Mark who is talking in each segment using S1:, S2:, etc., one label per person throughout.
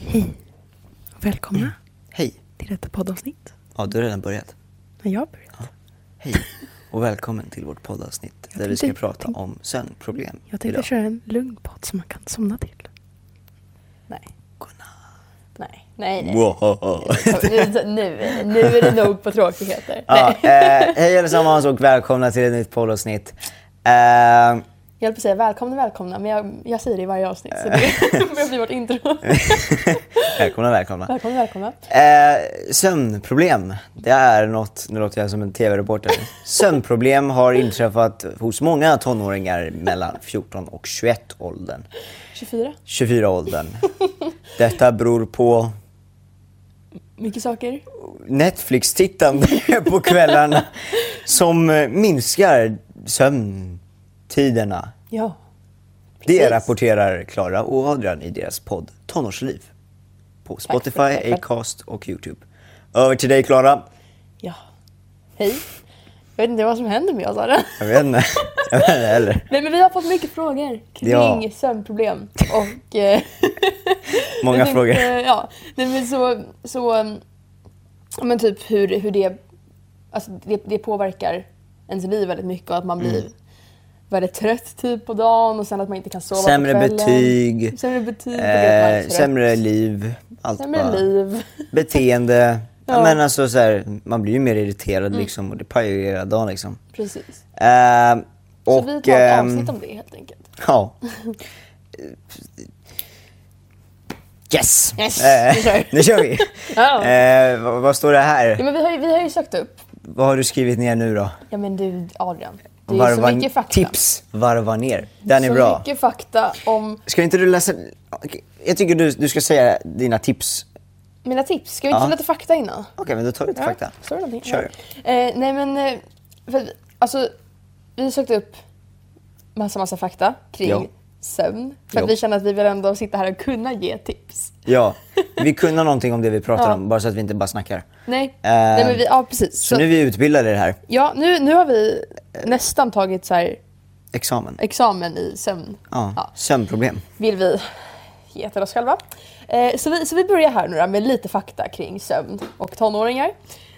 S1: Hej och välkomna
S2: Hej.
S1: till detta poddavsnitt.
S2: Ja, du har redan börjat.
S1: När jag började.
S2: Hej och välkommen till vårt poddavsnitt där vi ska
S1: tänkte-
S2: prata
S1: tänk-
S2: om sömnproblem
S1: Jag tänkte
S2: idag.
S1: köra en lugn podd som man kan somna till.
S3: Nej.
S2: Godnatt.
S3: Nej, nej, nej.
S2: Wow.
S3: Nu, nu, nu är det nog på tråkigheter.
S2: Ja,
S3: Nej.
S2: eh, hej allesammans och välkomna till ett nytt poddavsnitt. Eh,
S3: Jag höll på att säga välkomna, välkomna, men jag, jag säger det i varje avsnitt så
S2: Eh.
S3: det börjar bli vårt intro.
S2: välkomna, välkomna.
S3: Välkomna, välkomna.
S2: Eh, sömnproblem, det är något, nu låter jag som en tv-reporter. Sömnproblem har inträffat hos många tonåringar mellan 14 och 21 åldern.
S3: 24.
S2: 24 åldern. Detta beror på
S3: Mycket saker.
S2: Netflix-tittande på kvällarna som eh, minskar sömntiderna.
S3: Ja.
S2: Det
S3: Precis.
S2: rapporterar Klara och Adrian i deras podd Tonårsliv på Spotify,
S3: tack, tack.
S2: Acast och Youtube. Över till dig Klara.
S3: Ja. Hej. Jag vet inte vad som händer med oss Sara.
S2: Jag vet inte. Jag vet inte heller.
S3: Nej men vi har fått mycket frågor kring
S2: Ja.
S3: sömnproblem och... eh,
S2: Många
S3: jag tänkte,
S2: frågor.
S3: Ja, nej men så... så um, ja, men typ hur, hur det, alltså det, det påverkar ens liv väldigt mycket och att
S2: Mm.
S3: man blir väldigt trött typ på dagen och sen att man inte kan sova
S2: Sämre
S3: på kvällen.
S2: betyg,
S3: Sämre betyg. på grund av att man är
S2: eh,
S3: trött.
S2: sämre liv, allt bara.
S3: sämre liv.
S2: beteende. Ja.
S3: Ja.
S2: Men alltså så här, man blir ju mer irriterad liksom och det pajar ju hela dagen liksom.
S3: Precis.
S2: Eh,
S3: Så
S2: och,
S3: vi tar ett
S2: ehm,
S3: avsnitt om det helt enkelt.
S2: Ja. Yes!
S3: Yes,
S2: Eh,
S3: nu kör vi.
S2: nu kör vi.
S3: Ja.
S2: Eh, vad, vad står det
S3: Ja,
S2: här?
S3: men vi, har ju, vi har ju sökt upp.
S2: Vad har du skrivit ner nu då?
S3: Ja men du Adrian. Det är ju så mycket fakta.
S2: Tips, varva ner. Den är
S3: så
S2: bra.
S3: mycket fakta om
S2: Ska inte du läsa... Okej, Jag tycker du, du ska säga dina tips.
S3: mina tips. Ska vi inte
S2: Ja.
S3: ja. lite fakta innan?
S2: Okej, men då tar vi lite fakta.
S3: Står det någonting?
S2: Kör.
S3: Ja. Eh, nej men, eh, för, att- alltså vi sökte upp massa, massa fakta kring
S2: Jo.
S3: sömn. För
S2: Jo.
S3: att vi känner att vi vill ändå sitta här och kunna ge tips.
S2: Ja, vi kunde någonting om det vi pratar
S3: Ja.
S2: om, bara så att vi inte bara snackar.
S3: Nej, nej men vi, ja precis.
S2: Eh, Så nu är vi utbildade i det här.
S3: ja, nu, nu har vi nästan tagit så här,
S2: Examen.
S3: examen i sömn.
S2: Ja,
S3: Ja,
S2: sömnproblem.
S3: vill vi ge till oss själva. Eh, så, vi, så vi börjar här nu då med lite fakta kring sömn och tonåringar.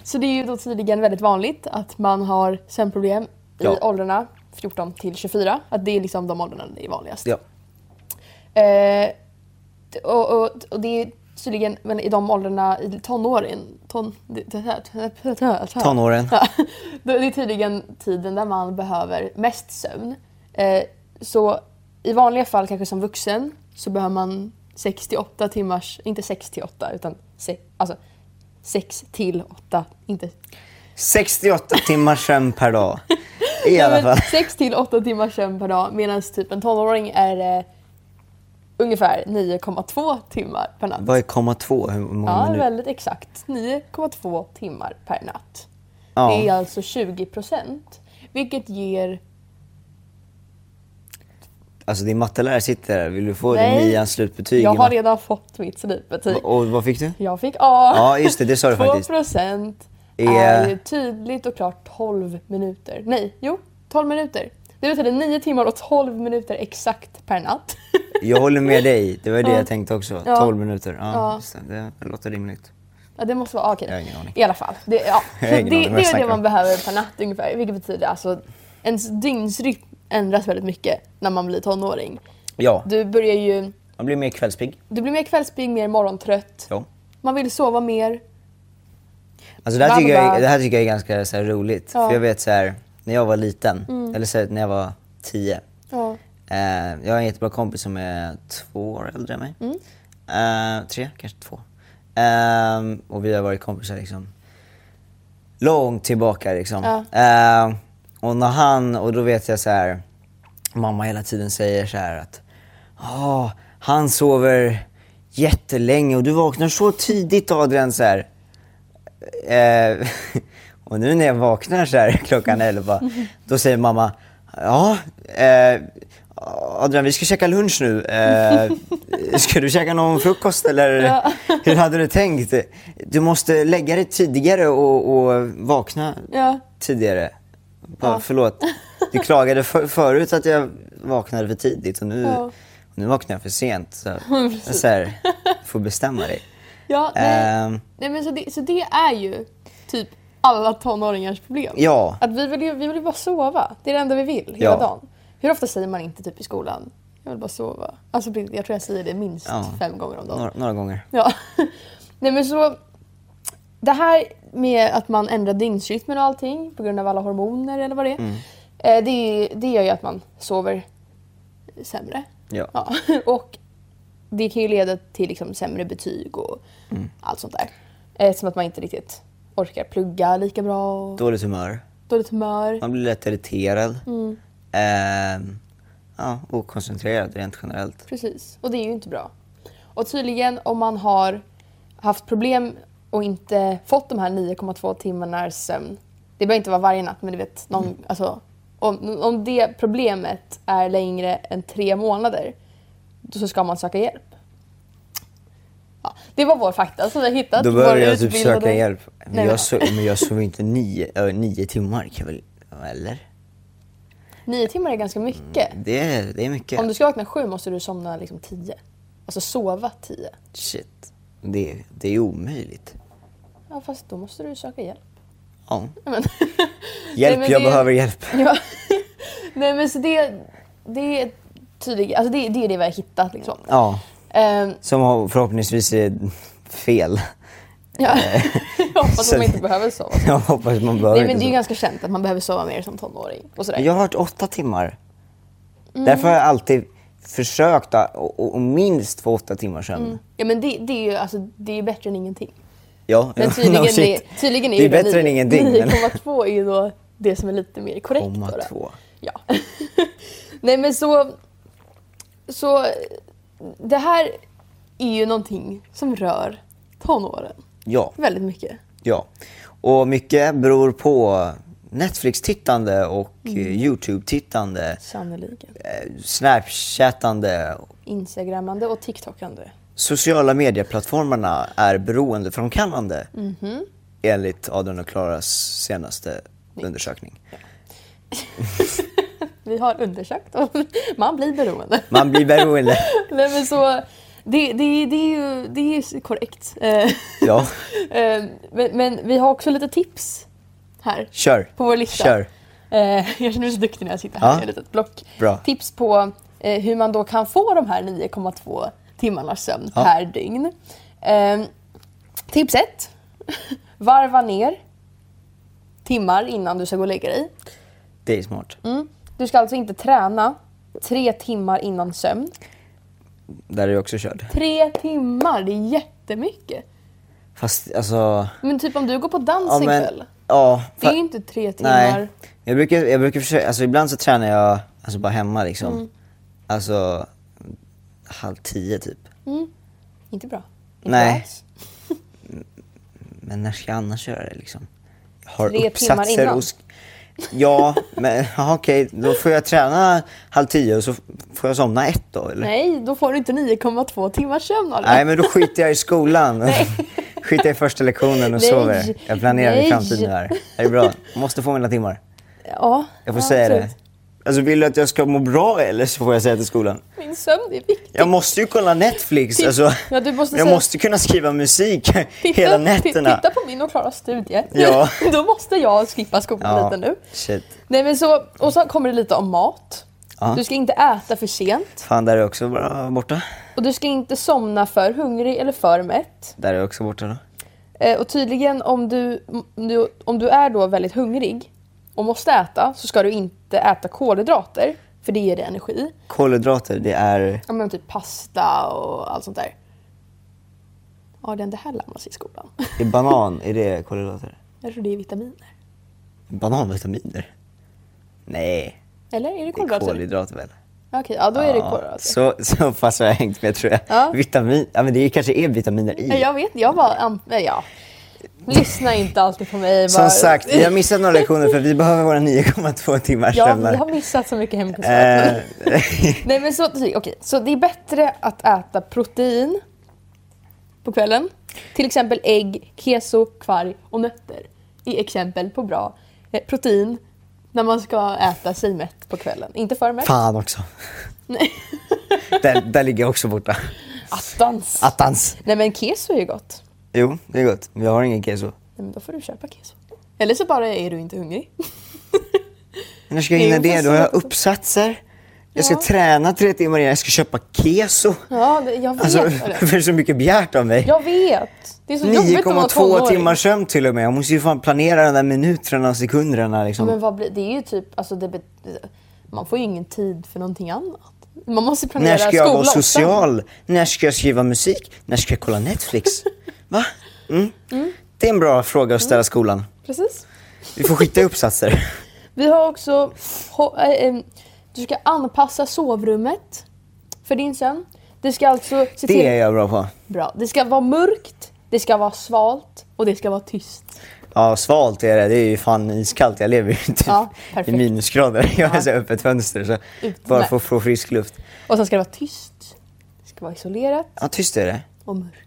S3: Så det är ju då tydligen väldigt vanligt att man har sömnproblem
S2: Ja.
S3: i åldrarna 14 till 24. Att det är liksom de åldrarna det är vanligast.
S2: Ja.
S3: Eh, t- och, och, och det är tydligen men i de åldrarna, i tonåren, ton, det, det här, det här,
S2: Tonåren.
S3: Ja, det är tydligen tiden där man behöver mest sömn. Eh, så i vanliga fall, kanske som vuxen, så behöver man 68 timmars, inte 6 till 8, utan se, alltså 6 till 8, inte
S2: 68 timmars sömn per dag. I alla
S3: Nej, men
S2: fall.
S3: 6 till 8 timmars sömn per dag medan typ en tonåring är eh, ungefär 9,2 timmar per natt.
S2: Vad är komma två? Hur många
S3: Ja,
S2: minuter?
S3: väldigt exakt. 9,2 timmar per natt.
S2: Ja.
S3: Det är alltså 20 procent. Vilket ger...
S2: Alltså din mattelärare sitter där. Vill du få
S3: Nej.
S2: din nians slutbetyg?
S3: Jag
S2: i
S3: har
S2: matte?
S3: redan fått mitt slutbetyg.
S2: Och vad fick du?
S3: Jag fick A.
S2: Ja, just det, det sa du
S3: 2
S2: faktiskt. E. Eh,
S3: procent
S2: Är-
S3: är ju tydligt och klart 12 minuter. Nej, jo, 12 minuter. Det betyder 9 timmar och 12 minuter exakt per natt.
S2: Jag håller med dig. Det var det
S3: Ja.
S2: jag tänkte också.
S3: Ja.
S2: 12 minuter. Ja,
S3: Ja.
S2: just Det Det låter rimligt.
S3: Ja, det måste vara ah, okej.
S2: Jag har ingen aning.
S3: I alla fall. Det, ja. Så
S2: Jag har
S3: det,
S2: ingen
S3: det
S2: aning vad jag
S3: är
S2: snackar
S3: det
S2: om.
S3: man behöver per natt ungefär. Vilket betyder alltså ens dygnsrytm ändras väldigt mycket när man blir tonåring.
S2: Ja,
S3: Du börjar ju...
S2: man blir mer kvällspigg.
S3: Du blir mer kvällspigg, mer morgontrött.
S2: Ja.
S3: Man vill sova mer.
S2: Alltså det här, tycker
S3: Baba.
S2: jag, det här tycker jag är ganska så här, roligt.
S3: Ja. Mm.
S2: För jag vet så här, när jag var liten, eller så här, när jag var 10.
S3: Ja.
S2: Eh, jag har en jättebra kompis som är två år äldre än mig. Eh, tre, kanske två. Eh, och vi har varit kompisar liksom långt tillbaka liksom. Eh, och när han, och då vet jag så här, mamma hela tiden säger så här att "Ah, han sover jättelänge och du vaknar så tidigt Adrian så här. Eh, och nu när jag vaknar så här klockan 11, då säger mamma, ja, eh, Adrian vi ska käka lunch nu. Eh, ska du käka någon frukost eller hur hade du tänkt? Du måste lägga dig tidigare och, och vakna
S3: Ja.
S2: tidigare. Bara, Förlåt, du klagade för, förut att jag vaknade för tidigt och nu,
S3: Ja.
S2: nu vaknar jag för sent. Så, så här, får bestämma dig.
S3: Ja, nej.
S2: Ehm,
S3: nej men så det, så det är ju typ alla tonåringars problem.
S2: ja,
S3: Att vi vill ju vi vill ju bara sova. Det är det enda vi vill hela
S2: Ja.
S3: dagen. Hur ofta säger man inte typ i skolan? Jag vill bara sova. Alltså på riktigt, jag tror jag säger det minst
S2: Ja.
S3: fem gånger om dagen.
S2: några, några gånger.
S3: Ja. Nej men så. Det här med att man ändrar dygnsrytmen och allting på grund av alla hormoner eller vad det är.
S2: Mm.
S3: eh, Det, är- det gör ju att man sover sämre.
S2: Ja.
S3: Ja. Och det kan ju leda till liksom sämre betyg och allt sånt där. Eftersom att man inte riktigt orkar plugga lika bra och
S2: Dåligt humör.
S3: dåligt humör.
S2: Man blir lätt irriterad.
S3: Mm.
S2: Ehm, ja, okoncentrerad rent generellt.
S3: Precis, och det är ju inte bra. Och tydligen om man har haft problem och inte fått de här 9,2 timmarnas sömn. Det behöver inte vara varje natt men du vet, någon,
S2: Mm.
S3: alltså, om, om det problemet är längre än tre månader då så ska man söka hjälp. Ja, det var vår fakta som vi har hittat.
S2: Då behöver
S3: Vår
S2: jag typ
S3: utbildade-
S2: söka hjälp. Men,
S3: Nej, men-
S2: jag, sov, men jag sov inte nio, ö, nio timmar kan jag väl, eller?
S3: Nio timmar är ganska mycket.
S2: Det, är- Mm, det är mycket.
S3: Om du ska vakna sju måste du somna liksom tio. Alltså sova tio.
S2: Shit. Det, det är omöjligt.
S3: Ja, fast då måste du söka hjälp.
S2: Ja.
S3: Men...
S2: Hjälp,
S3: men
S2: jag
S3: det-
S2: behöver hjälp.
S3: Ja. Nej men så det, det är tydligt, alltså det, det är det vi har hittat liksom.
S2: Ja,
S3: Ehm,
S2: som har- förhoppningsvis är fel.
S3: ja. Jag hoppas
S2: Så
S3: att man inte
S2: det-
S3: behöver sova.
S2: Jag hoppas man behöver
S3: Nej men
S2: inte
S3: det är ju
S2: så.
S3: ganska känt att man behöver sova mer som tonåring och sådär.
S2: Jag har hört åtta timmar. Därför har jag alltid försökt att och, och, och minst få åtta timmar sömn.
S3: Ja men det, det är ju alltså, det är ju bättre än ingenting.
S2: Ja,
S3: Men
S2: no
S3: tydligen,
S2: shit.
S3: är, tydligen är
S2: det
S3: ju
S2: är bättre än ingenting. Men...
S3: 9,2 är ju då det som är lite mer korrekt. då,
S2: Komma
S3: då.
S2: två.
S3: Ja. Nej men så... Så det här är ju någonting som rör tonåren
S2: Ja,
S3: väldigt mycket.
S2: ja. Och mycket beror på Netflix-tittande och eh, YouTube-tittande,
S3: Sannerligen.
S2: eh, Snapchatande.
S3: Instagrammande och TikTokande.
S2: Sociala medieplattformarna är beroendeframkallande enligt Adrian och Klaras senaste undersökning.
S3: Vi har undersökt och man blir beroende.
S2: Man blir beroende.
S3: Nej men så, det, det, det är ju det är ju korrekt. Eh,
S2: Ja,
S3: eh, men, men vi har också lite tips här
S2: kör.
S3: på vår lista.
S2: Kör.
S3: Eh, jag känner mig så duktig när jag sitter här
S2: Ja.
S3: i ett litet block.
S2: Bra.
S3: Tips på eh, hur man då kan få de här 9,2 timmarnas sömn
S2: Ja.
S3: per dygn. Eh, tips 1. Varva ner timmar innan du ska gå och lägga dig.
S2: Det är smart.
S3: Du ska alltså inte träna tre timmar innan sömn.
S2: Där är jag också körd.
S3: Tre timmar, det är jättemycket.
S2: Fast alltså...
S3: Men typ om du går på dans
S2: Ja, men,
S3: ikväll.
S2: ja,
S3: Det är
S2: fa-
S3: ju inte tre timmar.
S2: Nej. Jag brukar, jag brukar försöka, alltså ibland så tränar jag alltså bara hemma liksom.
S3: Mm.
S2: Alltså halv tio typ.
S3: Inte bra. Inte
S2: Nej.
S3: alls.
S2: Men när ska jag annars göra det liksom? Jag har
S3: Tre timmar innan.
S2: och... sk- Ja, men ja, okej, då får jag träna halv tio och så f- får jag somna ett då eller?
S3: Nej, då får du inte 9,2 timmars sömn Oliver.
S2: Nej men då skiter jag i skolan. skiter jag i första lektionen och
S3: Nej.
S2: sover. Jag planerar
S3: Nej.
S2: i framtiden här. Det är bra. Måste få mina timmar.
S3: Ja,
S2: Jag får
S3: ja,
S2: säga
S3: absolut.
S2: det. Alltså vill du att jag ska må bra eller så får jag säga till skolan.
S3: Min sömn är viktig.
S2: Jag måste ju kolla Netflix.
S3: Titt-
S2: Alltså,
S3: Ja, du måste
S2: jag
S3: säga-
S2: måste kunna skriva musik hela
S3: ti-
S2: nätterna.
S3: Titta på min och Klaras studie.
S2: Ja.
S3: då måste jag skippa skolan lite nu.
S2: Shit.
S3: Nej, men så, och så kommer det lite om mat.
S2: Ja.
S3: Du ska inte äta för sent.
S2: Fan, där är jag också bara borta.
S3: Och du ska inte somna för hungrig eller för mätt.
S2: Där är jag också borta då.
S3: Eh, och tydligen om du, om, du, om du är då väldigt hungrig och måste äta så ska du inte äta kolhydrater för det ger dig energi.
S2: Kolhydrater, det är...
S3: Ja men typ pasta och allt sånt där. Adrian, det här lär man sig i skolan.
S2: det är banan, är det kolhydrater?
S3: Jag tror det är vitaminer.
S2: Bananvitaminer? Nej,
S3: Eller är det
S2: det är
S3: kolhydrater?
S2: kolhydrater väl?
S3: Okej, ja då är det
S2: Ja,
S3: kolhydrater.
S2: Så, så pass har jag hängt med tror jag.
S3: Ja.
S2: Vitamin, ja men det kanske är vitaminer i.
S3: Nej, Jag vet jag bara... an- nej, Ja. Lyssna inte alltid på mig. Bara.
S2: Som sagt, vi har missat några lektioner för vi behöver våra 9,2 timmars
S3: Ja,
S2: sömnar.
S3: vi har missat så mycket hemkunskap.
S2: Eh,
S3: Nej men så, okej. så det är bättre att äta protein på kvällen. Till exempel ägg, keso, kvarg och nötter. I exempel på bra eh, protein när man ska äta sig mätt på kvällen. Inte för mätt.
S2: Fan också.
S3: Nej.
S2: Där, där ligger jag också borta.
S3: Attans!
S2: Attans!
S3: Nej men keso är ju gott.
S2: Jo, det är gott. Men jag har ingen keso.
S3: Nej men då får du köpa keso. Eller så bara är du inte hungrig.
S2: Men när ska jag
S3: Det är
S2: hinna
S3: ju
S2: det? Då har jag
S3: fascinerande.
S2: uppsatser. Jag ska
S3: Ja.
S2: träna tre timmar innan. Jag ska köpa keso.
S3: Ja, det, jag vet.
S2: Alltså,
S3: vad det är.
S2: varför är det så mycket begärt av mig?
S3: Jag vet! Det är så jobbigt att vara
S2: 9,2
S3: tonåring.
S2: timmar sömn till och med. Jag måste ju fan planera de där minuterna och sekunderna liksom.
S3: Men vad blir, det är ju typ, alltså det, be- man får ju ingen tid för någonting annat. Man måste planera
S2: När ska jag
S3: skola
S2: vara
S3: också.
S2: social? När ska jag skriva musik? När ska jag kolla Netflix? Va? Mm. Det är en bra fråga att ställa skolan.
S3: Precis.
S2: Vi får skita i uppsatser.
S3: Vi har också... ho- eh, eh, Du ska anpassa sovrummet för din sömn. Det ska alltså... Se till,
S2: Det är jag bra på.
S3: Bra. Det ska vara mörkt, det ska vara svalt och det ska vara tyst.
S2: Ja, svalt är det. Det är ju fan iskallt. Jag lever ju typ
S3: Ja,
S2: i
S3: perfekt.
S2: minusgrader. Jag har
S3: Ja.
S2: så här öppet fönster så
S3: Utmärkt.
S2: bara för att få frisk luft.
S3: Och sen ska det vara tyst. Det ska vara isolerat
S2: Ja, tyst är det.
S3: och mörkt.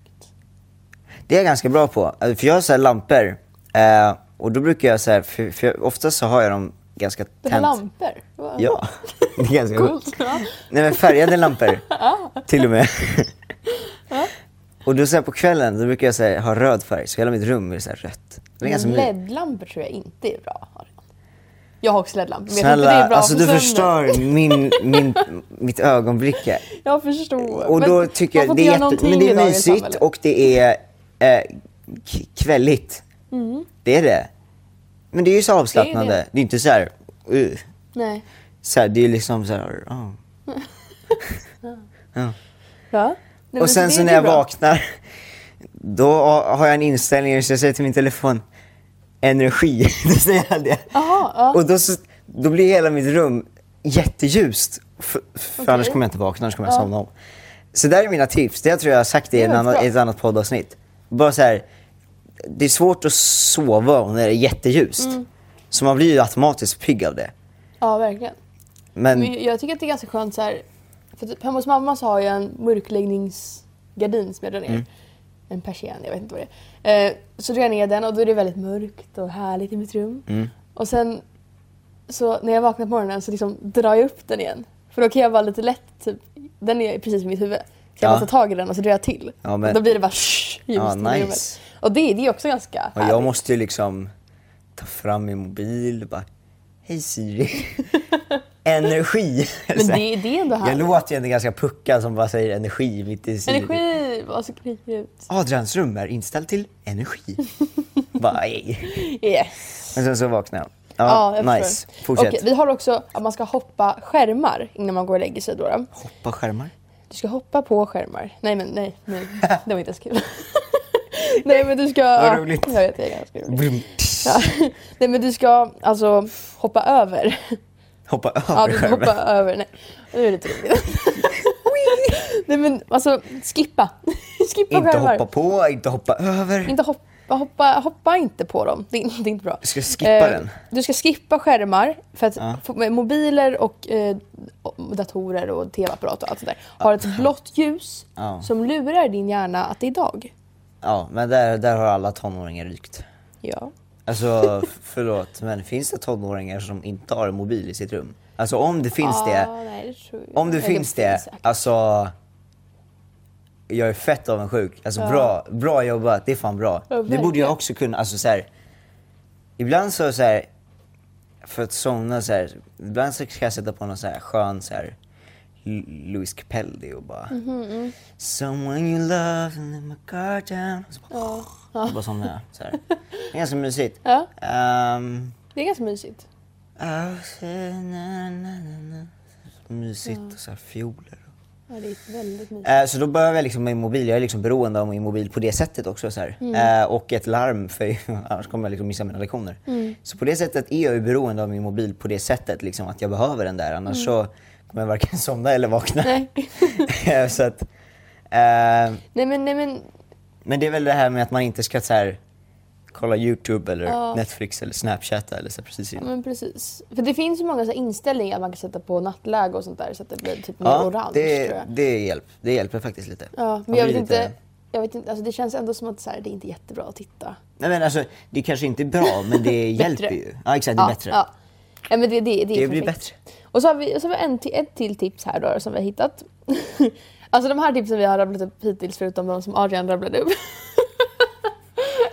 S2: Det är jag ganska bra på. Alltså, För jag har så här lampor. Eh, och då brukar jag så här, för, för jag, oftast så har jag dem ganska
S3: Du har
S2: tänt.
S3: lampor. Vad
S2: Ja, det är ganska coolt.
S3: Coolt. Ja.
S2: Nej men färgade lampor. Till och med. och då så här på kvällen då brukar jag så här, ha röd färg, så hela mitt rum är så här rött. Det är ganska
S3: Mm,
S2: mysigt.
S3: LED-lampor tror jag inte är bra. Adrian. Jag har också LED-lampor. men jag tror inte det är
S2: Snälla,
S3: bra
S2: alltså
S3: för
S2: du
S3: sömnen.
S2: förstör min, min, mitt ögonblick här.
S3: Jag förstår.
S2: Och
S3: Men
S2: då tycker
S3: man får
S2: jag det
S3: inte
S2: är,
S3: göra
S2: jätte,
S3: någonting
S2: men det
S3: i
S2: är
S3: dagens
S2: mysigt
S3: samhälle.
S2: och det är eh, k- kvälligt. Det är det. Men det är ju så avslappnande. Det är,
S3: Mm. det.
S2: inte så här, uh,
S3: Nej.
S2: så här, det är ju liksom så här, ah.
S3: Ja. Nej,
S2: och sen
S3: det
S2: så
S3: är
S2: när
S3: ju
S2: jag
S3: bra.
S2: vaknar, då har jag en inställning så jag säger till min telefon, energi. Då säger jag det.
S3: Jaha, ja.
S2: Och då, så, då blir hela mitt rum jätteljust. För, för
S3: Okej.
S2: annars kommer jag inte vakna, annars kommer jag somna om. Så där är mina tips. Det tror jag har sagt i,
S3: Det är
S2: en
S3: rätt
S2: annan,
S3: bra.
S2: i ett annat poddavsnitt. Bara så här, det är svårt att sova när det är jätteljust.
S3: Mm.
S2: Så man blir ju automatiskt pigg av det.
S3: ja, verkligen.
S2: Men,
S3: Men jag tycker att det är ganska skönt så här. För typ hemma hos mamma så har jag en mörkläggningsgardin som jag drar ner.
S2: Mm.
S3: En persienn, jag vet inte vad det är. Eh, så drar jag ner den och då är det väldigt mörkt och härligt i mitt rum.
S2: Mm.
S3: Och sen så när jag vaknar på morgonen så liksom drar jag upp den igen. För då kan jag vara lite lätt, typ, den är precis vid mitt huvud. Så jag bara
S2: Ja.
S3: tar tag i den och så drar jag till.
S2: Ja, men-
S3: Och då blir det bara shh, ljust
S2: Ja,
S3: i rummet.
S2: nice.
S3: Och det, det är också ganska
S2: och
S3: härligt.
S2: jag måste ju liksom ta fram min mobil och bara, hej Siri. energi.
S3: Men det, det är ändå
S2: jag
S3: härligt.
S2: låter ju ändå ganska puckad som bara säger energi mitt i Siri.
S3: Energi, vad så kryper ut.
S2: Adrians rum är inställt till energi. bara, "Ej."
S3: Yes.
S2: Men sen så vaknar jag.
S3: Ja,
S2: Ja,
S3: jag
S2: nice.
S3: förstår.
S2: Fortsätt.
S3: Okej, vi har också att man ska hoppa skärmar innan man går och lägger sig. Då, då.
S2: Hoppa skärmar.
S3: Du ska hoppa på skärmar. Nej, men nej. nej. Det var inte ens kul. nej, men du ska... Vad
S2: roligt.
S3: Jag vet, det är ganska roligt.
S2: Vroom.
S3: Ja. Nej, men du ska alltså hoppa över.
S2: Hoppa över
S3: Ja, du ska
S2: skärmen.
S3: hoppa över. Nej, nu är det tråkigt. nej, men alltså skippa. skippa
S2: Inte
S3: skärmar.
S2: hoppa på, inte hoppa över.
S3: Inte hoppa, hoppa, hoppa inte på dem. Det är, det är inte bra. Du
S2: ska skippa
S3: Eh.
S2: den.
S3: Du ska skippa skärmar. För att
S2: Ja.
S3: f- med mobiler och eh, och datorer och tv-apparat och allt sånt där har ett blått ljus
S2: Ja.
S3: som lurar din hjärna att det är dag.
S2: Ja, men där, där har alla tonåringar rykt.
S3: Ja.
S2: Alltså, f- förlåt, men finns det tonåringar som inte har en mobil i sitt rum? Alltså om det finns det,
S3: Ah, nej, det tror jag.
S2: om det
S3: Eller
S2: finns det,
S3: säkert.
S2: alltså... Jag är fett avundsjuk. Alltså bra, bra jobbat, det är fan bra.
S3: Ja,
S2: det borde
S3: verkligen.
S2: jag också kunna, alltså så här, Ibland så, så här, för att somna så här, ibland så ska jag sätta på någon så här skön så här Lu- Louis Capaldi och bara
S3: Mm-hmm.
S2: Someone you love and then my guard down och så bara,
S3: Ja.
S2: och bara somnar jag. Så här. Det är ganska mysigt.
S3: Ja.
S2: Ehm,
S3: Det är ganska mysigt.
S2: I say na, na, na, na. Mysigt och så här fioler.
S3: Ja, det är väldigt mysigt.
S2: Eh, Så då behöver jag liksom min mobil. Jag är liksom beroende av min mobil på det sättet också. Så här.
S3: Mm.
S2: Eh, och ett larm, för annars kommer jag liksom missa mina lektioner.
S3: Mm.
S2: Så på det sättet är jag ju beroende av min mobil på det sättet liksom, att jag behöver den där.
S3: Mm.
S2: Annars så kommer jag varken somna eller vakna.
S3: Nej.
S2: Eh, så att, eh,
S3: nej, men, nej, men
S2: men det är väl det här med att man inte ska så här, kolla YouTube eller
S3: Ja.
S2: Netflix eller Snapchat eller så här, precis
S3: Ja,
S2: innan.
S3: men precis. För det finns ju många så här inställningar man kan sätta på nattläge och sånt där så att det blir typ mer orange tror
S2: det,
S3: jag.
S2: det, hjälp, det hjälper faktiskt lite.
S3: Ja, men
S2: Man
S3: jag
S2: blir
S3: vet
S2: lite-
S3: inte. Jag vet inte alltså det känns ändå som att så här, det är inte jättebra att titta.
S2: Nej men alltså, det kanske inte är bra men det hjälper ju. Ja exakt, det är
S3: ja,
S2: bättre.
S3: Ja. ja men det, det, det, är
S2: Det blir
S3: perfekt.
S2: bättre.
S3: Och så har vi, så har vi en till, ett till tips här då som vi har hittat. alltså de här tipsen vi har rabblat upp hittills förutom de som Adrian rabblade upp.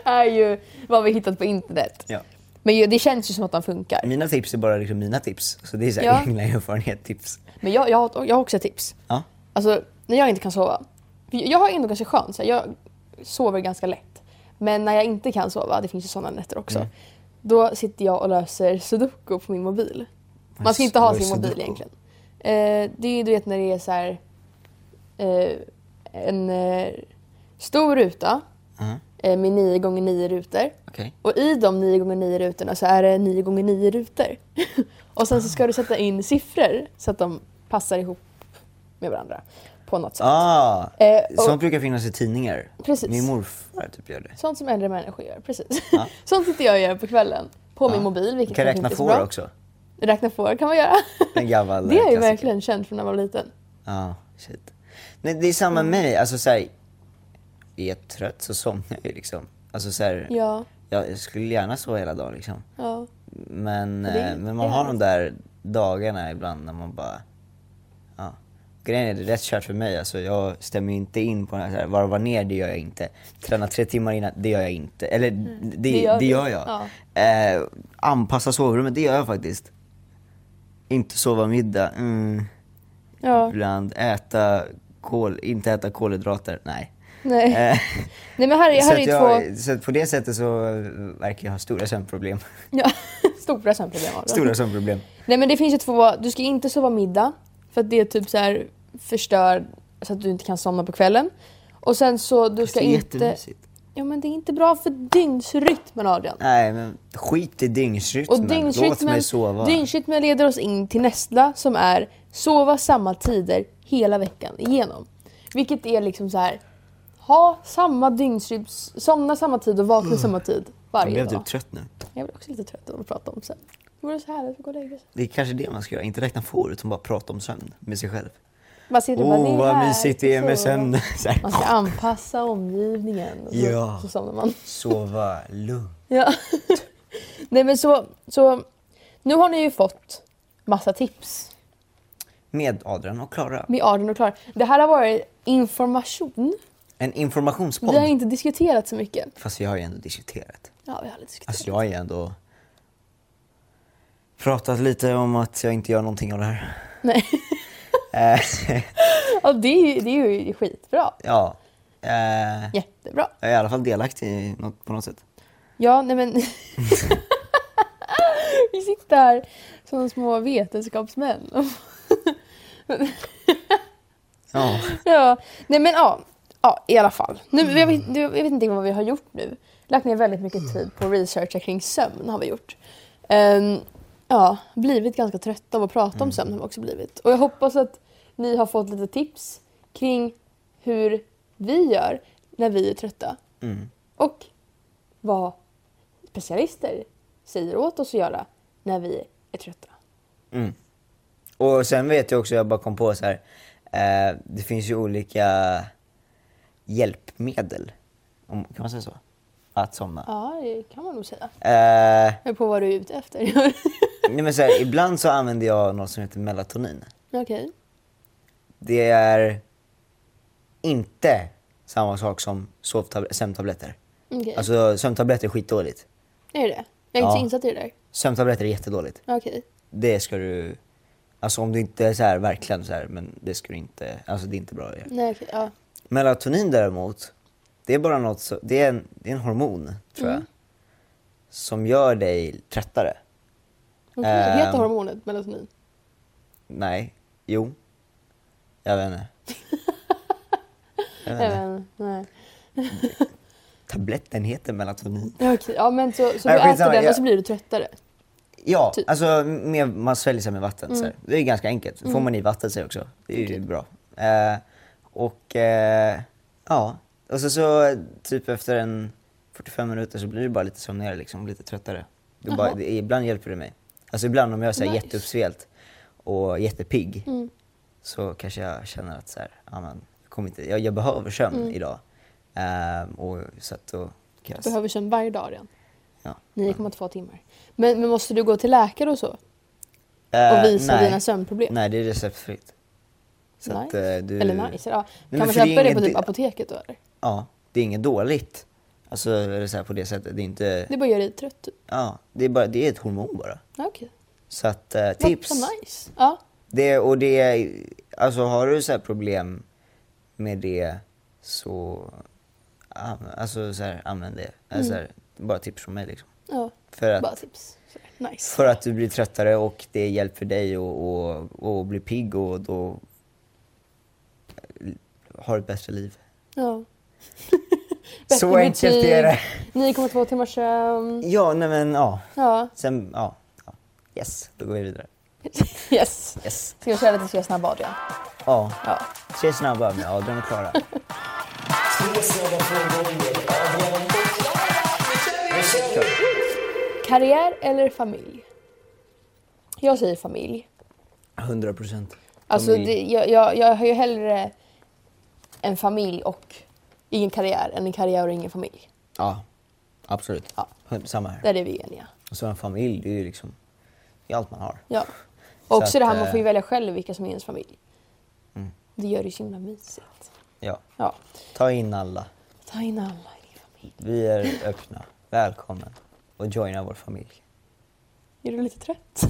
S3: är ju vad vi hittat på internet.
S2: Ja.
S3: Men ju, det känns ju som att de funkar.
S2: Mina tips är bara liksom mina tips. Så det är så här
S3: Ja.
S2: egna erfarenhet-tips.
S3: Men jag, jag, har, jag har också ett tips.
S2: Ja.
S3: Alltså när jag inte kan sova. För Jag har ändå ganska skönt. Så här, jag sover ganska lätt. Men när jag inte kan sova, det finns ju sådana nätter också.
S2: Mm.
S3: Då sitter jag och löser sudoku på min mobil. Man ska inte ha
S2: Vad är
S3: sin mobil
S2: sudoku?
S3: egentligen. Eh, det är ju du vet när det är så här, eh, en eh, stor ruta
S2: Ja,
S3: eh, med 9 gånger 9 rutor.
S2: Okej.
S3: Och i de 9 gånger 9 rutorna så är det 9 gånger 9 rutor. och sen så ska du sätta in siffror så att de passar ihop med varandra på något sätt.
S2: Ah,
S3: Eh, och-
S2: sånt brukar finnas i tidningar.
S3: Precis.
S2: Min morfar typ gör det.
S3: Sånt som äldre människor gör, precis.
S2: Ja.
S3: Sånt sitter jag och gör på kvällen. På
S2: Ja.
S3: min mobil, vilket
S2: Man Ah. kan
S3: kanske
S2: räkna
S3: inte är så
S2: får
S3: bra.
S2: också.
S3: Räkna får kan man göra.
S2: En gammal
S3: det är ju
S2: klassiker.
S3: verkligen känt från när man var liten.
S2: Ja, shit. Nej, det är samma
S3: Mm.
S2: med mig. Alltså så här, är jag trött så somnar jag ju liksom. Alltså så här,
S3: Ja,
S2: jag, jag skulle gärna sova hela dagen liksom.
S3: ja.
S2: Men,
S3: Det är-
S2: eh, men
S3: det
S2: man
S3: är
S2: har de
S3: härligt.
S2: där dagarna ibland när man bara... Ja. Grejen är, det är rätt kört för mig. Alltså, jag stämmer ju inte in på den här, så här varva ner, det gör jag inte. Träna tre timmar innan, det gör jag inte. Eller det, det,
S3: Mm. det gör
S2: gör,
S3: vi.
S2: jag. Eh, anpassa sovrummet, det gör jag faktiskt. Inte sova middag, mm,
S3: ja.
S2: ibland. Äta kol, inte äta kolhydrater, nej.
S3: Nej.
S2: Eh,
S3: Nej men här är,
S2: så,
S3: här
S2: att
S3: är ju två
S2: jag, så att på det sättet så eh, verkar jag ha stora sömnproblem.
S3: ja, stora sömnproblem. Adrian.
S2: Stora sömnproblem.
S3: Nej men det finns ju två, du ska inte sova middag för att det är typ så här förstör så att du inte kan somna på kvällen. Och sen så du ska
S2: det är
S3: inte...
S2: jättemysigt.
S3: Ja men det är inte bra för dygnsrytmen Adrian.
S2: Nej men skit i dygnsrytmen.
S3: Och
S2: Låt mig sova.
S3: dygnsrytmen, dygnsrytmen leder oss in till nästa som är sova samma tider hela veckan igenom. Vilket är liksom så här ha samma dygnsrytm, somna samma tid och vakna samma tid
S2: Jag
S3: varje
S2: Mm. blev
S3: dag.
S2: typ trött nu.
S3: Jag blir också lite trött av att prata om sen. Det vore så härligt att gå och lägga sig.
S2: Det är kanske det man ska göra. Inte räkna får utan bara prata om sömn med sig själv.
S3: Man sitter
S2: Åh
S3: bara
S2: oh,
S3: ner
S2: vad
S3: här,
S2: mysigt det är med
S3: så-
S2: sömn. Så här,
S3: Man ska anpassa omgivningen. Och så,
S2: Ja.
S3: så somnar man.
S2: Sova lugnt.
S3: Ja. Nej men så, så, nu har ni ju fått massa tips
S2: Med Adrian och Klara.
S3: med Arden och Klara. Det här har varit information.
S2: En
S3: Vi har
S2: informationspodd.
S3: inte diskuterat så mycket.
S2: Fast vi har ju ändå diskuterat.
S3: Ja, vi har lite diskuterat.
S2: Alltså jag har ju ändå pratat lite om att jag inte gör någonting av det här.
S3: Nej.
S2: Eh,
S3: Ja, det, är ju, det är ju skitbra.
S2: ja. Eh,
S3: Jättebra.
S2: Jag är i alla fall delaktig i något, på något sätt.
S3: Ja, nej men... vi sitter här som små vetenskapsmän.
S2: Ja.
S3: ja, nej men ja. Ja, i alla fall. Nu, jag, vet, du- jag vet inte vad vi har gjort nu. Lagt ner väldigt mycket tid på att researcha kring sömn har vi gjort. Ehm, ja, blivit ganska trötta av att prata om sömn har vi också blivit. Och jag hoppas att ni har fått lite tips kring hur vi gör när vi är trötta.
S2: Mm.
S3: Och vad specialister säger åt oss att göra när vi är trötta.
S2: Mm. Och sen vet jag också, jag bara kom på så här. Eh, det finns ju olika hjälpmedel. Om, kan man säga så? Att somna.
S3: Ja, det kan man nog säga.
S2: Eh,
S3: Jag är på vad du är ute efter. Okej.
S2: nej men så här, ibland så använder jag något som heter melatonin. Det är inte samma sak som sovtab- sömntabletter.
S3: okej.
S2: Alltså sömntabletter är skitdåligt.
S3: Är det det? Jag är inte
S2: Ja.
S3: så insatt i det där.
S2: Sömntabletter är jättedåligt.
S3: Okej.
S2: Det ska du... Alltså om du inte är så här, verkligen så här, men det ska du inte... Alltså det är inte bra att göra.
S3: Nej, okej. Ja.
S2: Melatonin däremot, det är bara något så, det, är en, det är en hormon, tror jag, som gör dig tröttare.
S3: Okej, Det heter
S2: Ehm.
S3: hormonet melatonin.
S2: Nej, jo. Jag vet inte. Jag vet inte.
S3: Även, nej.
S2: Tabletten heter melatonin.
S3: Ja, Okej, ja men så, så du
S2: Nej,
S3: äter
S2: skitsamma,
S3: den
S2: jag-
S3: och så blir du tröttare.
S2: Ja,
S3: Typ. Mm.
S2: alltså med, man sväljer sig med vatten. Så här. Det är ganska enkelt. får man i vatten sig också. Det är ju bra. Eh, och eh, ja, och så, så typ efter en 45 minuter så blir det bara lite somnigare liksom, lite tröttare. Det är bara,
S3: Jaha.
S2: det, ibland hjälper det mig. Alltså ibland om jag är så här
S3: Nice.
S2: jätteuppsvelt och jättepigg
S3: Mm.
S2: så kanske jag känner att så här, ja, men, jag, kommer inte, jag, jag behöver sömn
S3: Mm.
S2: idag. Eh, och, så att då kan jag...
S3: Behöver sömn varje dag redan.
S2: Ja.
S3: 9,2 timmar. Men, men måste du gå till läkare och så?
S2: Eh,
S3: och visa
S2: nej.
S3: dina sömnproblem.
S2: Nej, det är receptfritt. Så att,
S3: Nice.
S2: eh, du...
S3: Eller nice, ja.
S2: men
S3: Kan man
S2: för det är
S3: köpa det på
S2: inget-
S3: typ apoteket då eller?
S2: Ja, det är inget dåligt. Alltså är det så här på det sättet. Det är inte...
S3: Det bara gör dig trött typ.
S2: Ja, det är, bara, det är ett hormon bara.
S3: Ja, Okej.
S2: Så att eh,
S3: Vad-
S2: tips.
S3: Vad nice. Ja.
S2: Det, och det, är- alltså har du så här problem med det så, an- alltså så här, använd det. Alltså, så här, bara tips från mig liksom.
S3: ja.
S2: För
S3: Mm. Bara
S2: att,
S3: tips. Sådär. Nice.
S2: för att du blir tröttare och det hjälper dig att och, och bli pigg och då har ett bättre liv.
S3: Ja.
S2: Så enkelt är det.
S3: 9,2 timmars sömn.
S2: Ja, nej men ja.
S3: Ja.
S2: Sen, ja. ja. Yes, då går vi vidare.
S3: Yes.
S2: Yes.
S3: Ska vi köra lite tre snabba Adrian?
S2: Ja,
S3: Ja.
S2: tre snabba med Adrian och Klara.
S3: Karriär eller familj? Jag säger familj.
S2: 100 procent.
S3: Alltså det, jag, jag, jag har ju hellre en familj och ingen karriär än en karriär och ingen familj.
S2: Ja, absolut.
S3: Ja.
S2: Samma här.
S3: Där är vi eniga.
S2: Och så en familj, det är ju liksom det är allt man har.
S3: Ja.
S2: Så
S3: Och också
S2: att,
S3: det här man
S2: eh, Mm.
S3: får ju välja själv vilka som är ens familj. Det gör det ju så himla mysigt.
S2: Ja.
S3: Ja.
S2: Ta in alla.
S3: Ta in alla i din familj.
S2: Vi är öppna. Välkommen. Och joina vår familj.
S3: Är du lite trött?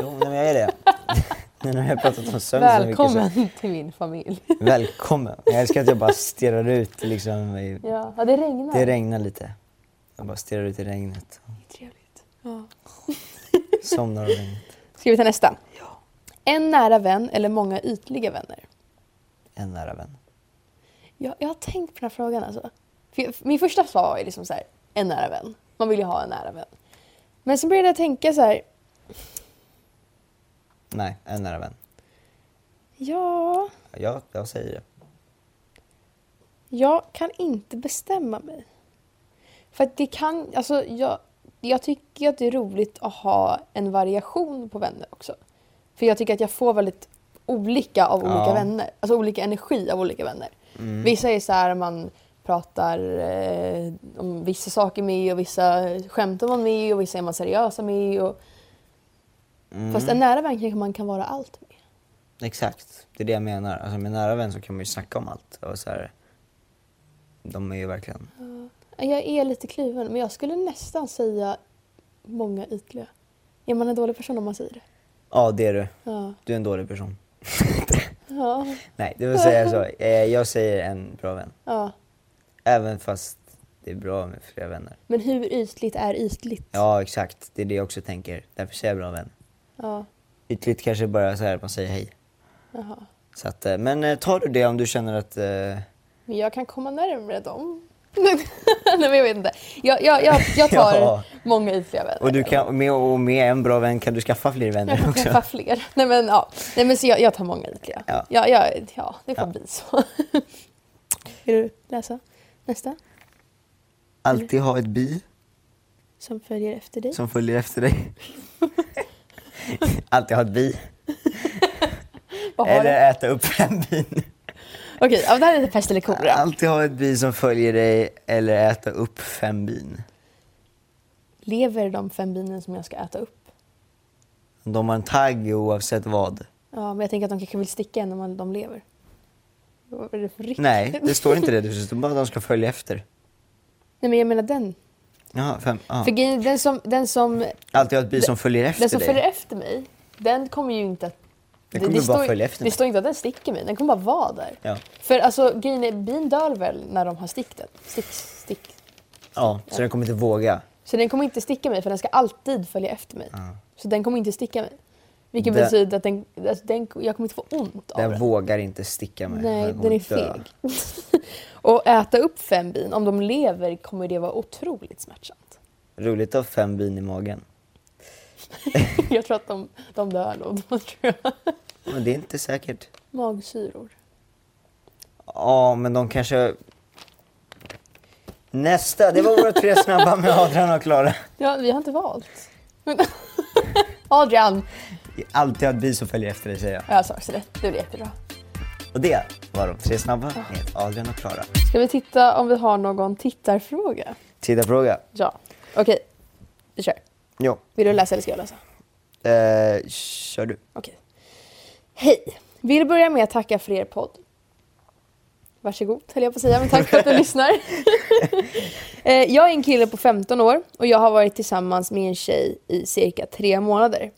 S2: Jo, nej, men jag är det. Nu har jag pratat om sömn så mycket.
S3: Välkommen till min familj.
S2: Så... Välkommen. Jag älskar att jag bara stirrar ut liksom. i-
S3: Ja, ja det regnar.
S2: Det regnar lite. Jag bara stirrar ut i regnet.
S3: Trevligt. Ja.
S2: Somnar av regnet.
S3: Ska vi ta nästa? Ja. En nära vän eller många ytliga vänner?
S2: En nära vän.
S3: Jag, jag har tänkt på den här frågan alltså. För jag, min första svar var ju liksom så här, en nära vän. Man vill ju ha en nära vän. Men sen började jag tänka så här,
S2: Nej, en nära vän.
S3: ja,
S2: Jag, jag säger det.
S3: jag kan inte bestämma mig. För att det kan, alltså jag, jag tycker att det är roligt att ha en variation på vänner också. För jag tycker att jag får väldigt olika av olika
S2: Ja.
S3: vänner. Alltså olika energi av olika vänner.
S2: Mm.
S3: Vissa är så här man pratar eh, om vissa saker med och vissa skämtar man med och vissa är man seriösa med. Och...
S2: Mm.
S3: Fast en nära vän kanske man kan vara allt med.
S2: Exakt, det är det jag menar. Alltså med nära vän så kan man ju snacka om allt. Och så här, de är ju verkligen...
S3: Jag är lite kluven, men jag skulle nästan säga många ytliga. Är man en dålig person om man säger det?
S2: Ja, det är du.
S3: Ja.
S2: Du är en dålig person.
S3: Ja.
S2: Nej, det vill säga så. Eh, Jag säger en bra vän.
S3: ja.
S2: Även fast det är bra med flera vänner.
S3: Men hur ytligt är ytligt?
S2: Ja, exakt. Det är det jag också tänker. Därför säger jag bra vän.
S3: Ja.
S2: Ytligt kanske bara så här att man säger hej.
S3: Jaha.
S2: Så att, eh, men eh, tar du det om du känner att... eh,
S3: Men jag kan komma närmare dem. Nej men jag vet inte. Jag, jag, jag, jag tar
S2: Ja.
S3: många ytliga vänner.
S2: Och, du kan, med, och med en bra vän kan du skaffa fler
S3: Jag
S2: vänner
S3: kan
S2: också.
S3: träffa fler. Nej men ja. Nej men så jag, jag tar många ytliga.
S2: Ja.
S3: Ja, ja, ja det får
S2: Ja.
S3: bli så. Vill du läsa nästa?
S2: Alltid ha ett bi
S3: Som följer efter dig.
S2: som följer efter dig. Alltid ha ett bi.
S3: Vad har du?
S2: Eller äta upp en bin.
S3: Okej, ja, det här är lite pest eller kolera.
S2: Alltid ha ett bin som följer dig eller äta upp fem bin.
S3: Lever de fem binen som jag ska äta upp?
S2: De har en tagg oavsett vad.
S3: Ja, men jag tänker att de kanske vill sticka en om man- de lever. Vad är det för riktigt?
S2: Nej, det står inte det. Det står bara att de ska följa efter.
S3: Nej, men jag menar den.
S2: Jaha, fem. Aha.
S3: För grejen är, den som, den som,
S2: Alltid ha ett bi som följer efter
S3: den som
S2: dig.
S3: följer efter mig, den kommer ju inte att...
S2: Den kommer bara
S3: står,
S2: följa efter
S3: Det
S2: mig.
S3: står inte att den sticker mig, den kommer bara vara där.
S2: Ja.
S3: För alltså grejen är, bin dör väl när de har stickt den? Stick, stick.
S2: ja, så den kommer inte våga.
S3: Så den kommer inte sticka mig för den ska alltid följa efter mig. Så den kommer inte sticka mig. Vilket
S2: Den-
S3: betyder att den, alltså, den, jag kommer inte få ont av
S2: Den
S3: den.
S2: vågar inte sticka mig.
S3: Nej,
S2: kommer
S3: den är
S2: dö.
S3: feg. och äta upp fem bin, om de lever kommer det vara otroligt smärtsamt.
S2: Roligt att ha fem bin i magen.
S3: jag tror att de, de dör nog. då, tror jag.
S2: Men det är inte säkert.
S3: Magsyror.
S2: Ja, men de kanske... Nästa! Det var våra tre snabba med Adrian och Klara.
S3: Ja, vi har inte valt. Adrian!
S2: Alltid ha ett bi som följer efter dig, säger jag.
S3: Ja, Jag sa också rätt. Det blev jättebra.
S2: Och det var de tre snabba med Adrian och Klara.
S3: Ska vi titta om vi har någon tittarfråga?
S2: Tittarfråga.
S3: Ja. Okej, vi kör.
S2: Jo.
S3: Vill du läsa eller ska jag läsa?
S2: Eh, kör du.
S3: Okej. Hej! Vill börja med att tacka för er podd. Varsågod, höll jag på att säga, men tack för att du lyssnar. Eh, jag är en kille på 15 år och jag har varit tillsammans med en tjej i cirka tre månader.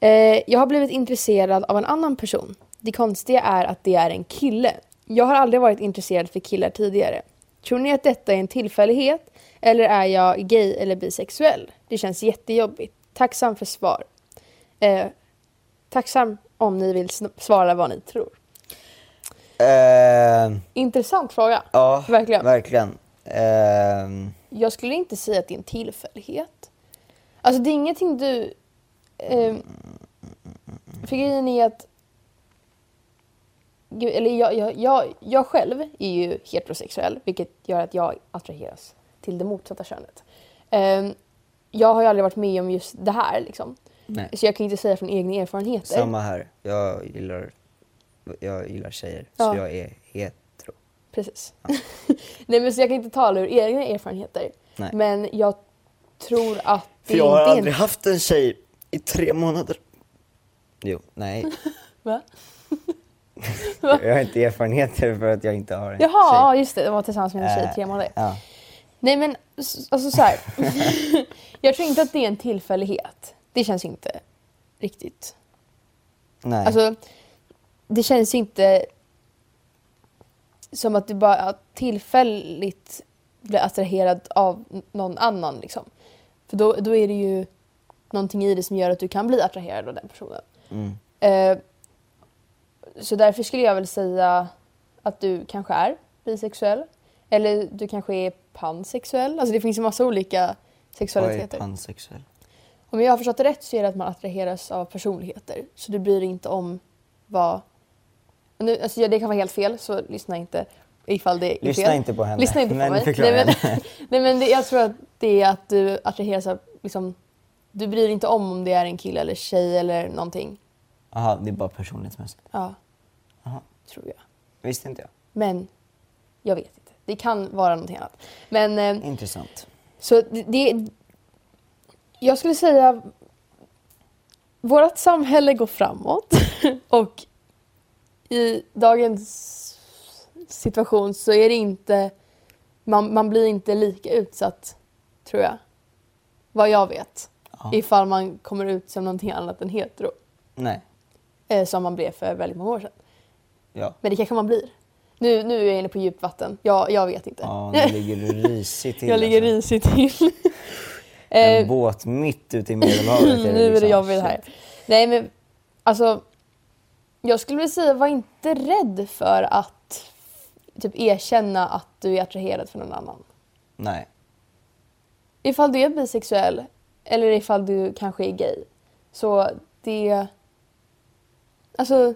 S3: Eh, Jag har blivit intresserad av en annan person. Det konstiga är att det är en kille. Jag har aldrig varit intresserad för killar tidigare. Tror ni att detta är en tillfällighet eller är jag gay eller bisexuell? Det känns jättejobbigt. Tacksam för svar. Eh, tacksam om ni vill sn- svara vad ni tror.
S2: Eh,
S3: Intressant fråga.
S2: ja,
S3: Verkligen.
S2: verkligen. Ehm,
S3: Jag skulle inte säga att det är en tillfällighet. Alltså det är ingenting du... Eh, för grejen är att... Gud, eller jag, jag, jag, jag själv är ju heterosexuell vilket gör att jag attraheras till det motsatta könet. Eh, jag har ju aldrig varit med om just det här liksom.
S2: nej,
S3: Så jag kan inte säga från egna erfarenheter.
S2: samma här. Jag gillar, jag gillar tjejer,
S3: Ja.
S2: så jag är hetero.
S3: Precis. Nej men så jag kan inte tala ur egna erfarenheter.
S2: Nej.
S3: Men jag tror att det
S2: För jag har
S3: inte är en-
S2: aldrig haft en tjej i tre månader. Jo, nej.
S3: Va?
S2: jag har inte erfarenheter för att jag inte har en
S3: Jaha,
S2: tjej. Eh.
S3: ja, just det. Det var tillsammans med en tjej i tre månader.
S2: Ja.
S3: Nej men s- alltså så här. jag tror inte att det är en tillfällighet. Det känns inte riktigt.
S2: Nej.
S3: Alltså det känns inte som att du bara tillfälligt blir attraherad av n- någon annan liksom. För då, då är det ju någonting i det som gör att du kan bli attraherad av den personen.
S2: mm.
S3: Eh, så därför skulle jag väl säga att du kanske är bisexuell. Eller du kanske är pansexuell. Alltså det finns en massa olika
S2: Jag är
S3: sexualiteter.
S2: pansexuell.
S3: Om jag har förstått det rätt så är det att man attraheras av personligheter. Så du bryr dig inte om vad... Men Nu, alltså ja, det kan vara helt fel, så lyssna inte ifall det är fel.
S2: Lyssna inte på henne.
S3: Lyssna inte på
S2: men
S3: mig.
S2: Förklara
S3: Nej, men-
S2: henne.
S3: Nej men det, jag tror att det är att du attraheras av... Liksom, du bryr dig inte om om det är en kille eller tjej eller någonting.
S2: Jaha, det är bara personlighetsmässigt.
S3: Ja,
S2: Jaha,
S3: tror jag.
S2: visste inte jag.
S3: Men jag vet inte. Det kan vara någonting annat. Men eh,
S2: Intressant.
S3: så det, det... Jag skulle säga... Vårt samhälle går framåt och i dagens situation så är det inte... Man, man blir inte lika utsatt, tror jag. Vad jag vet.
S2: Ja.
S3: Ifall man kommer ut som någonting annat än hetero.
S2: Nej,
S3: Eh, som man blev för väldigt många år sedan.
S2: ja.
S3: Men det kanske man blir. Nu, nu är jag inne på djupt vatten. Jag, jag vet inte.
S2: Ja, nu ligger du risigt till.
S3: jag ligger
S2: alltså.
S3: risigt till.
S2: En
S3: Eh,
S2: båt mitt ute i Medelhavet.
S3: nu är det
S2: liksom.
S3: jobbigt här. Nej men alltså. Jag skulle vilja säga var inte rädd för att typ erkänna att du är attraherad för någon annan.
S2: Nej.
S3: Ifall du är bisexuell eller ifall du kanske är gay. Så det... Alltså,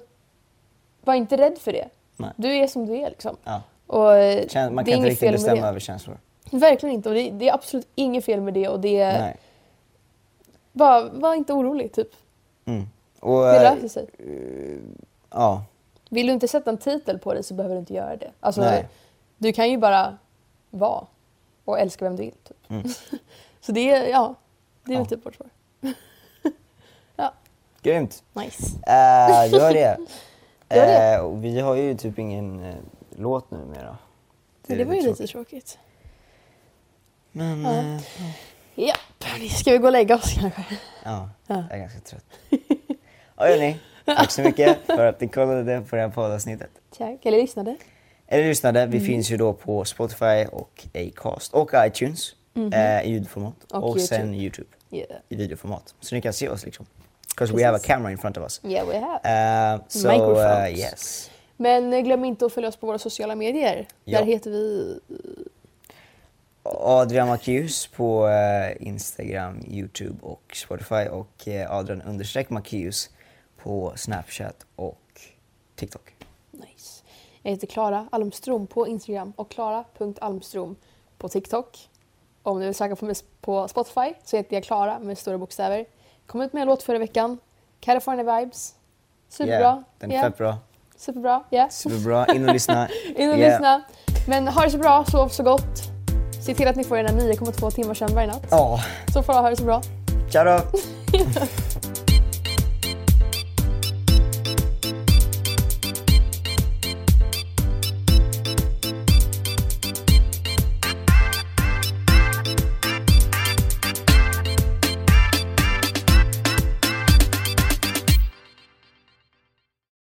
S3: var inte rädd för det.
S2: Nej.
S3: Du är som du är liksom.
S2: Ja.
S3: Och, eh,
S2: Kän- Man
S3: det är
S2: kan inte
S3: inget fel
S2: riktigt
S3: med
S2: bestämma
S3: det.
S2: över känslor.
S3: Verkligen inte. Och det, det är absolut inget fel med det. Och det är
S2: Nej.
S3: bara, var inte orolig, typ.
S2: Mm. Och,
S3: Det
S2: eh,
S3: löser sig.
S2: ja,
S3: Vill du inte sätta en titel på dig så behöver du inte göra det. Alltså,
S2: Nej.
S3: Du kan ju bara vara och älska vem du vill. Typ.
S2: Mm.
S3: så det är, ja, det är väl
S2: Ja.
S3: typ vårt svar.
S2: grymt.
S3: Nice.
S2: Eh, gör det.
S3: Gör det.
S2: Eh, och vi har ju typ ingen eh, låt numera.
S3: Det,
S2: är
S3: det var ju
S2: tråkigt.
S3: lite tråkigt.
S2: Men,
S3: Ja.
S2: eh,
S3: Ja, ska vi gå och lägga oss kanske?
S2: ja.
S3: Ja.
S2: Jag är ganska trött. Ja, hörni. Tack så mycket för att ni kollade på det här poddavsnittet.
S3: Tack. Eller lyssnade.
S2: Eller lyssnade.
S3: Mm.
S2: Vi finns ju då på Spotify och Acast och iTunes eh, i ljudformat.
S3: Mhm. Och
S2: Och,
S3: YouTube.
S2: sen YouTube
S3: Yeah.
S2: i videoformat. Så ni kan se oss liksom. Because we
S3: Precis.
S2: have a camera in front of us.
S3: Yeah, we have.
S2: Eh, so,
S3: Microphones.
S2: eh, yes.
S3: Men eh, glöm inte att följa oss på våra sociala medier.
S2: Ja.
S3: Där heter vi...
S2: Adrian Macius på eh, Instagram, Youtube och Spotify och eh, Adrian understreck Macius på Snapchat och TikTok.
S3: Nice. Jag heter Klara Almstrom på Instagram och klara.almstrom på TikTok. Om du vill söka på mig på Spotify så heter jag Klara med stora bokstäver. Kom ut med en låt förra veckan. California Vibes. Superbra.
S2: Yeah, den är
S3: Yeah.
S2: fett bra.
S3: Superbra. Yeah.
S2: Superbra. In och lyssna.
S3: In och
S2: Yeah.
S3: lyssna. Men ha det så bra, sov så gott. Se till att ni får era 9,2 timmars sömn varje natt.
S2: Ja,
S3: Så får du ha det så bra.
S2: ciao då!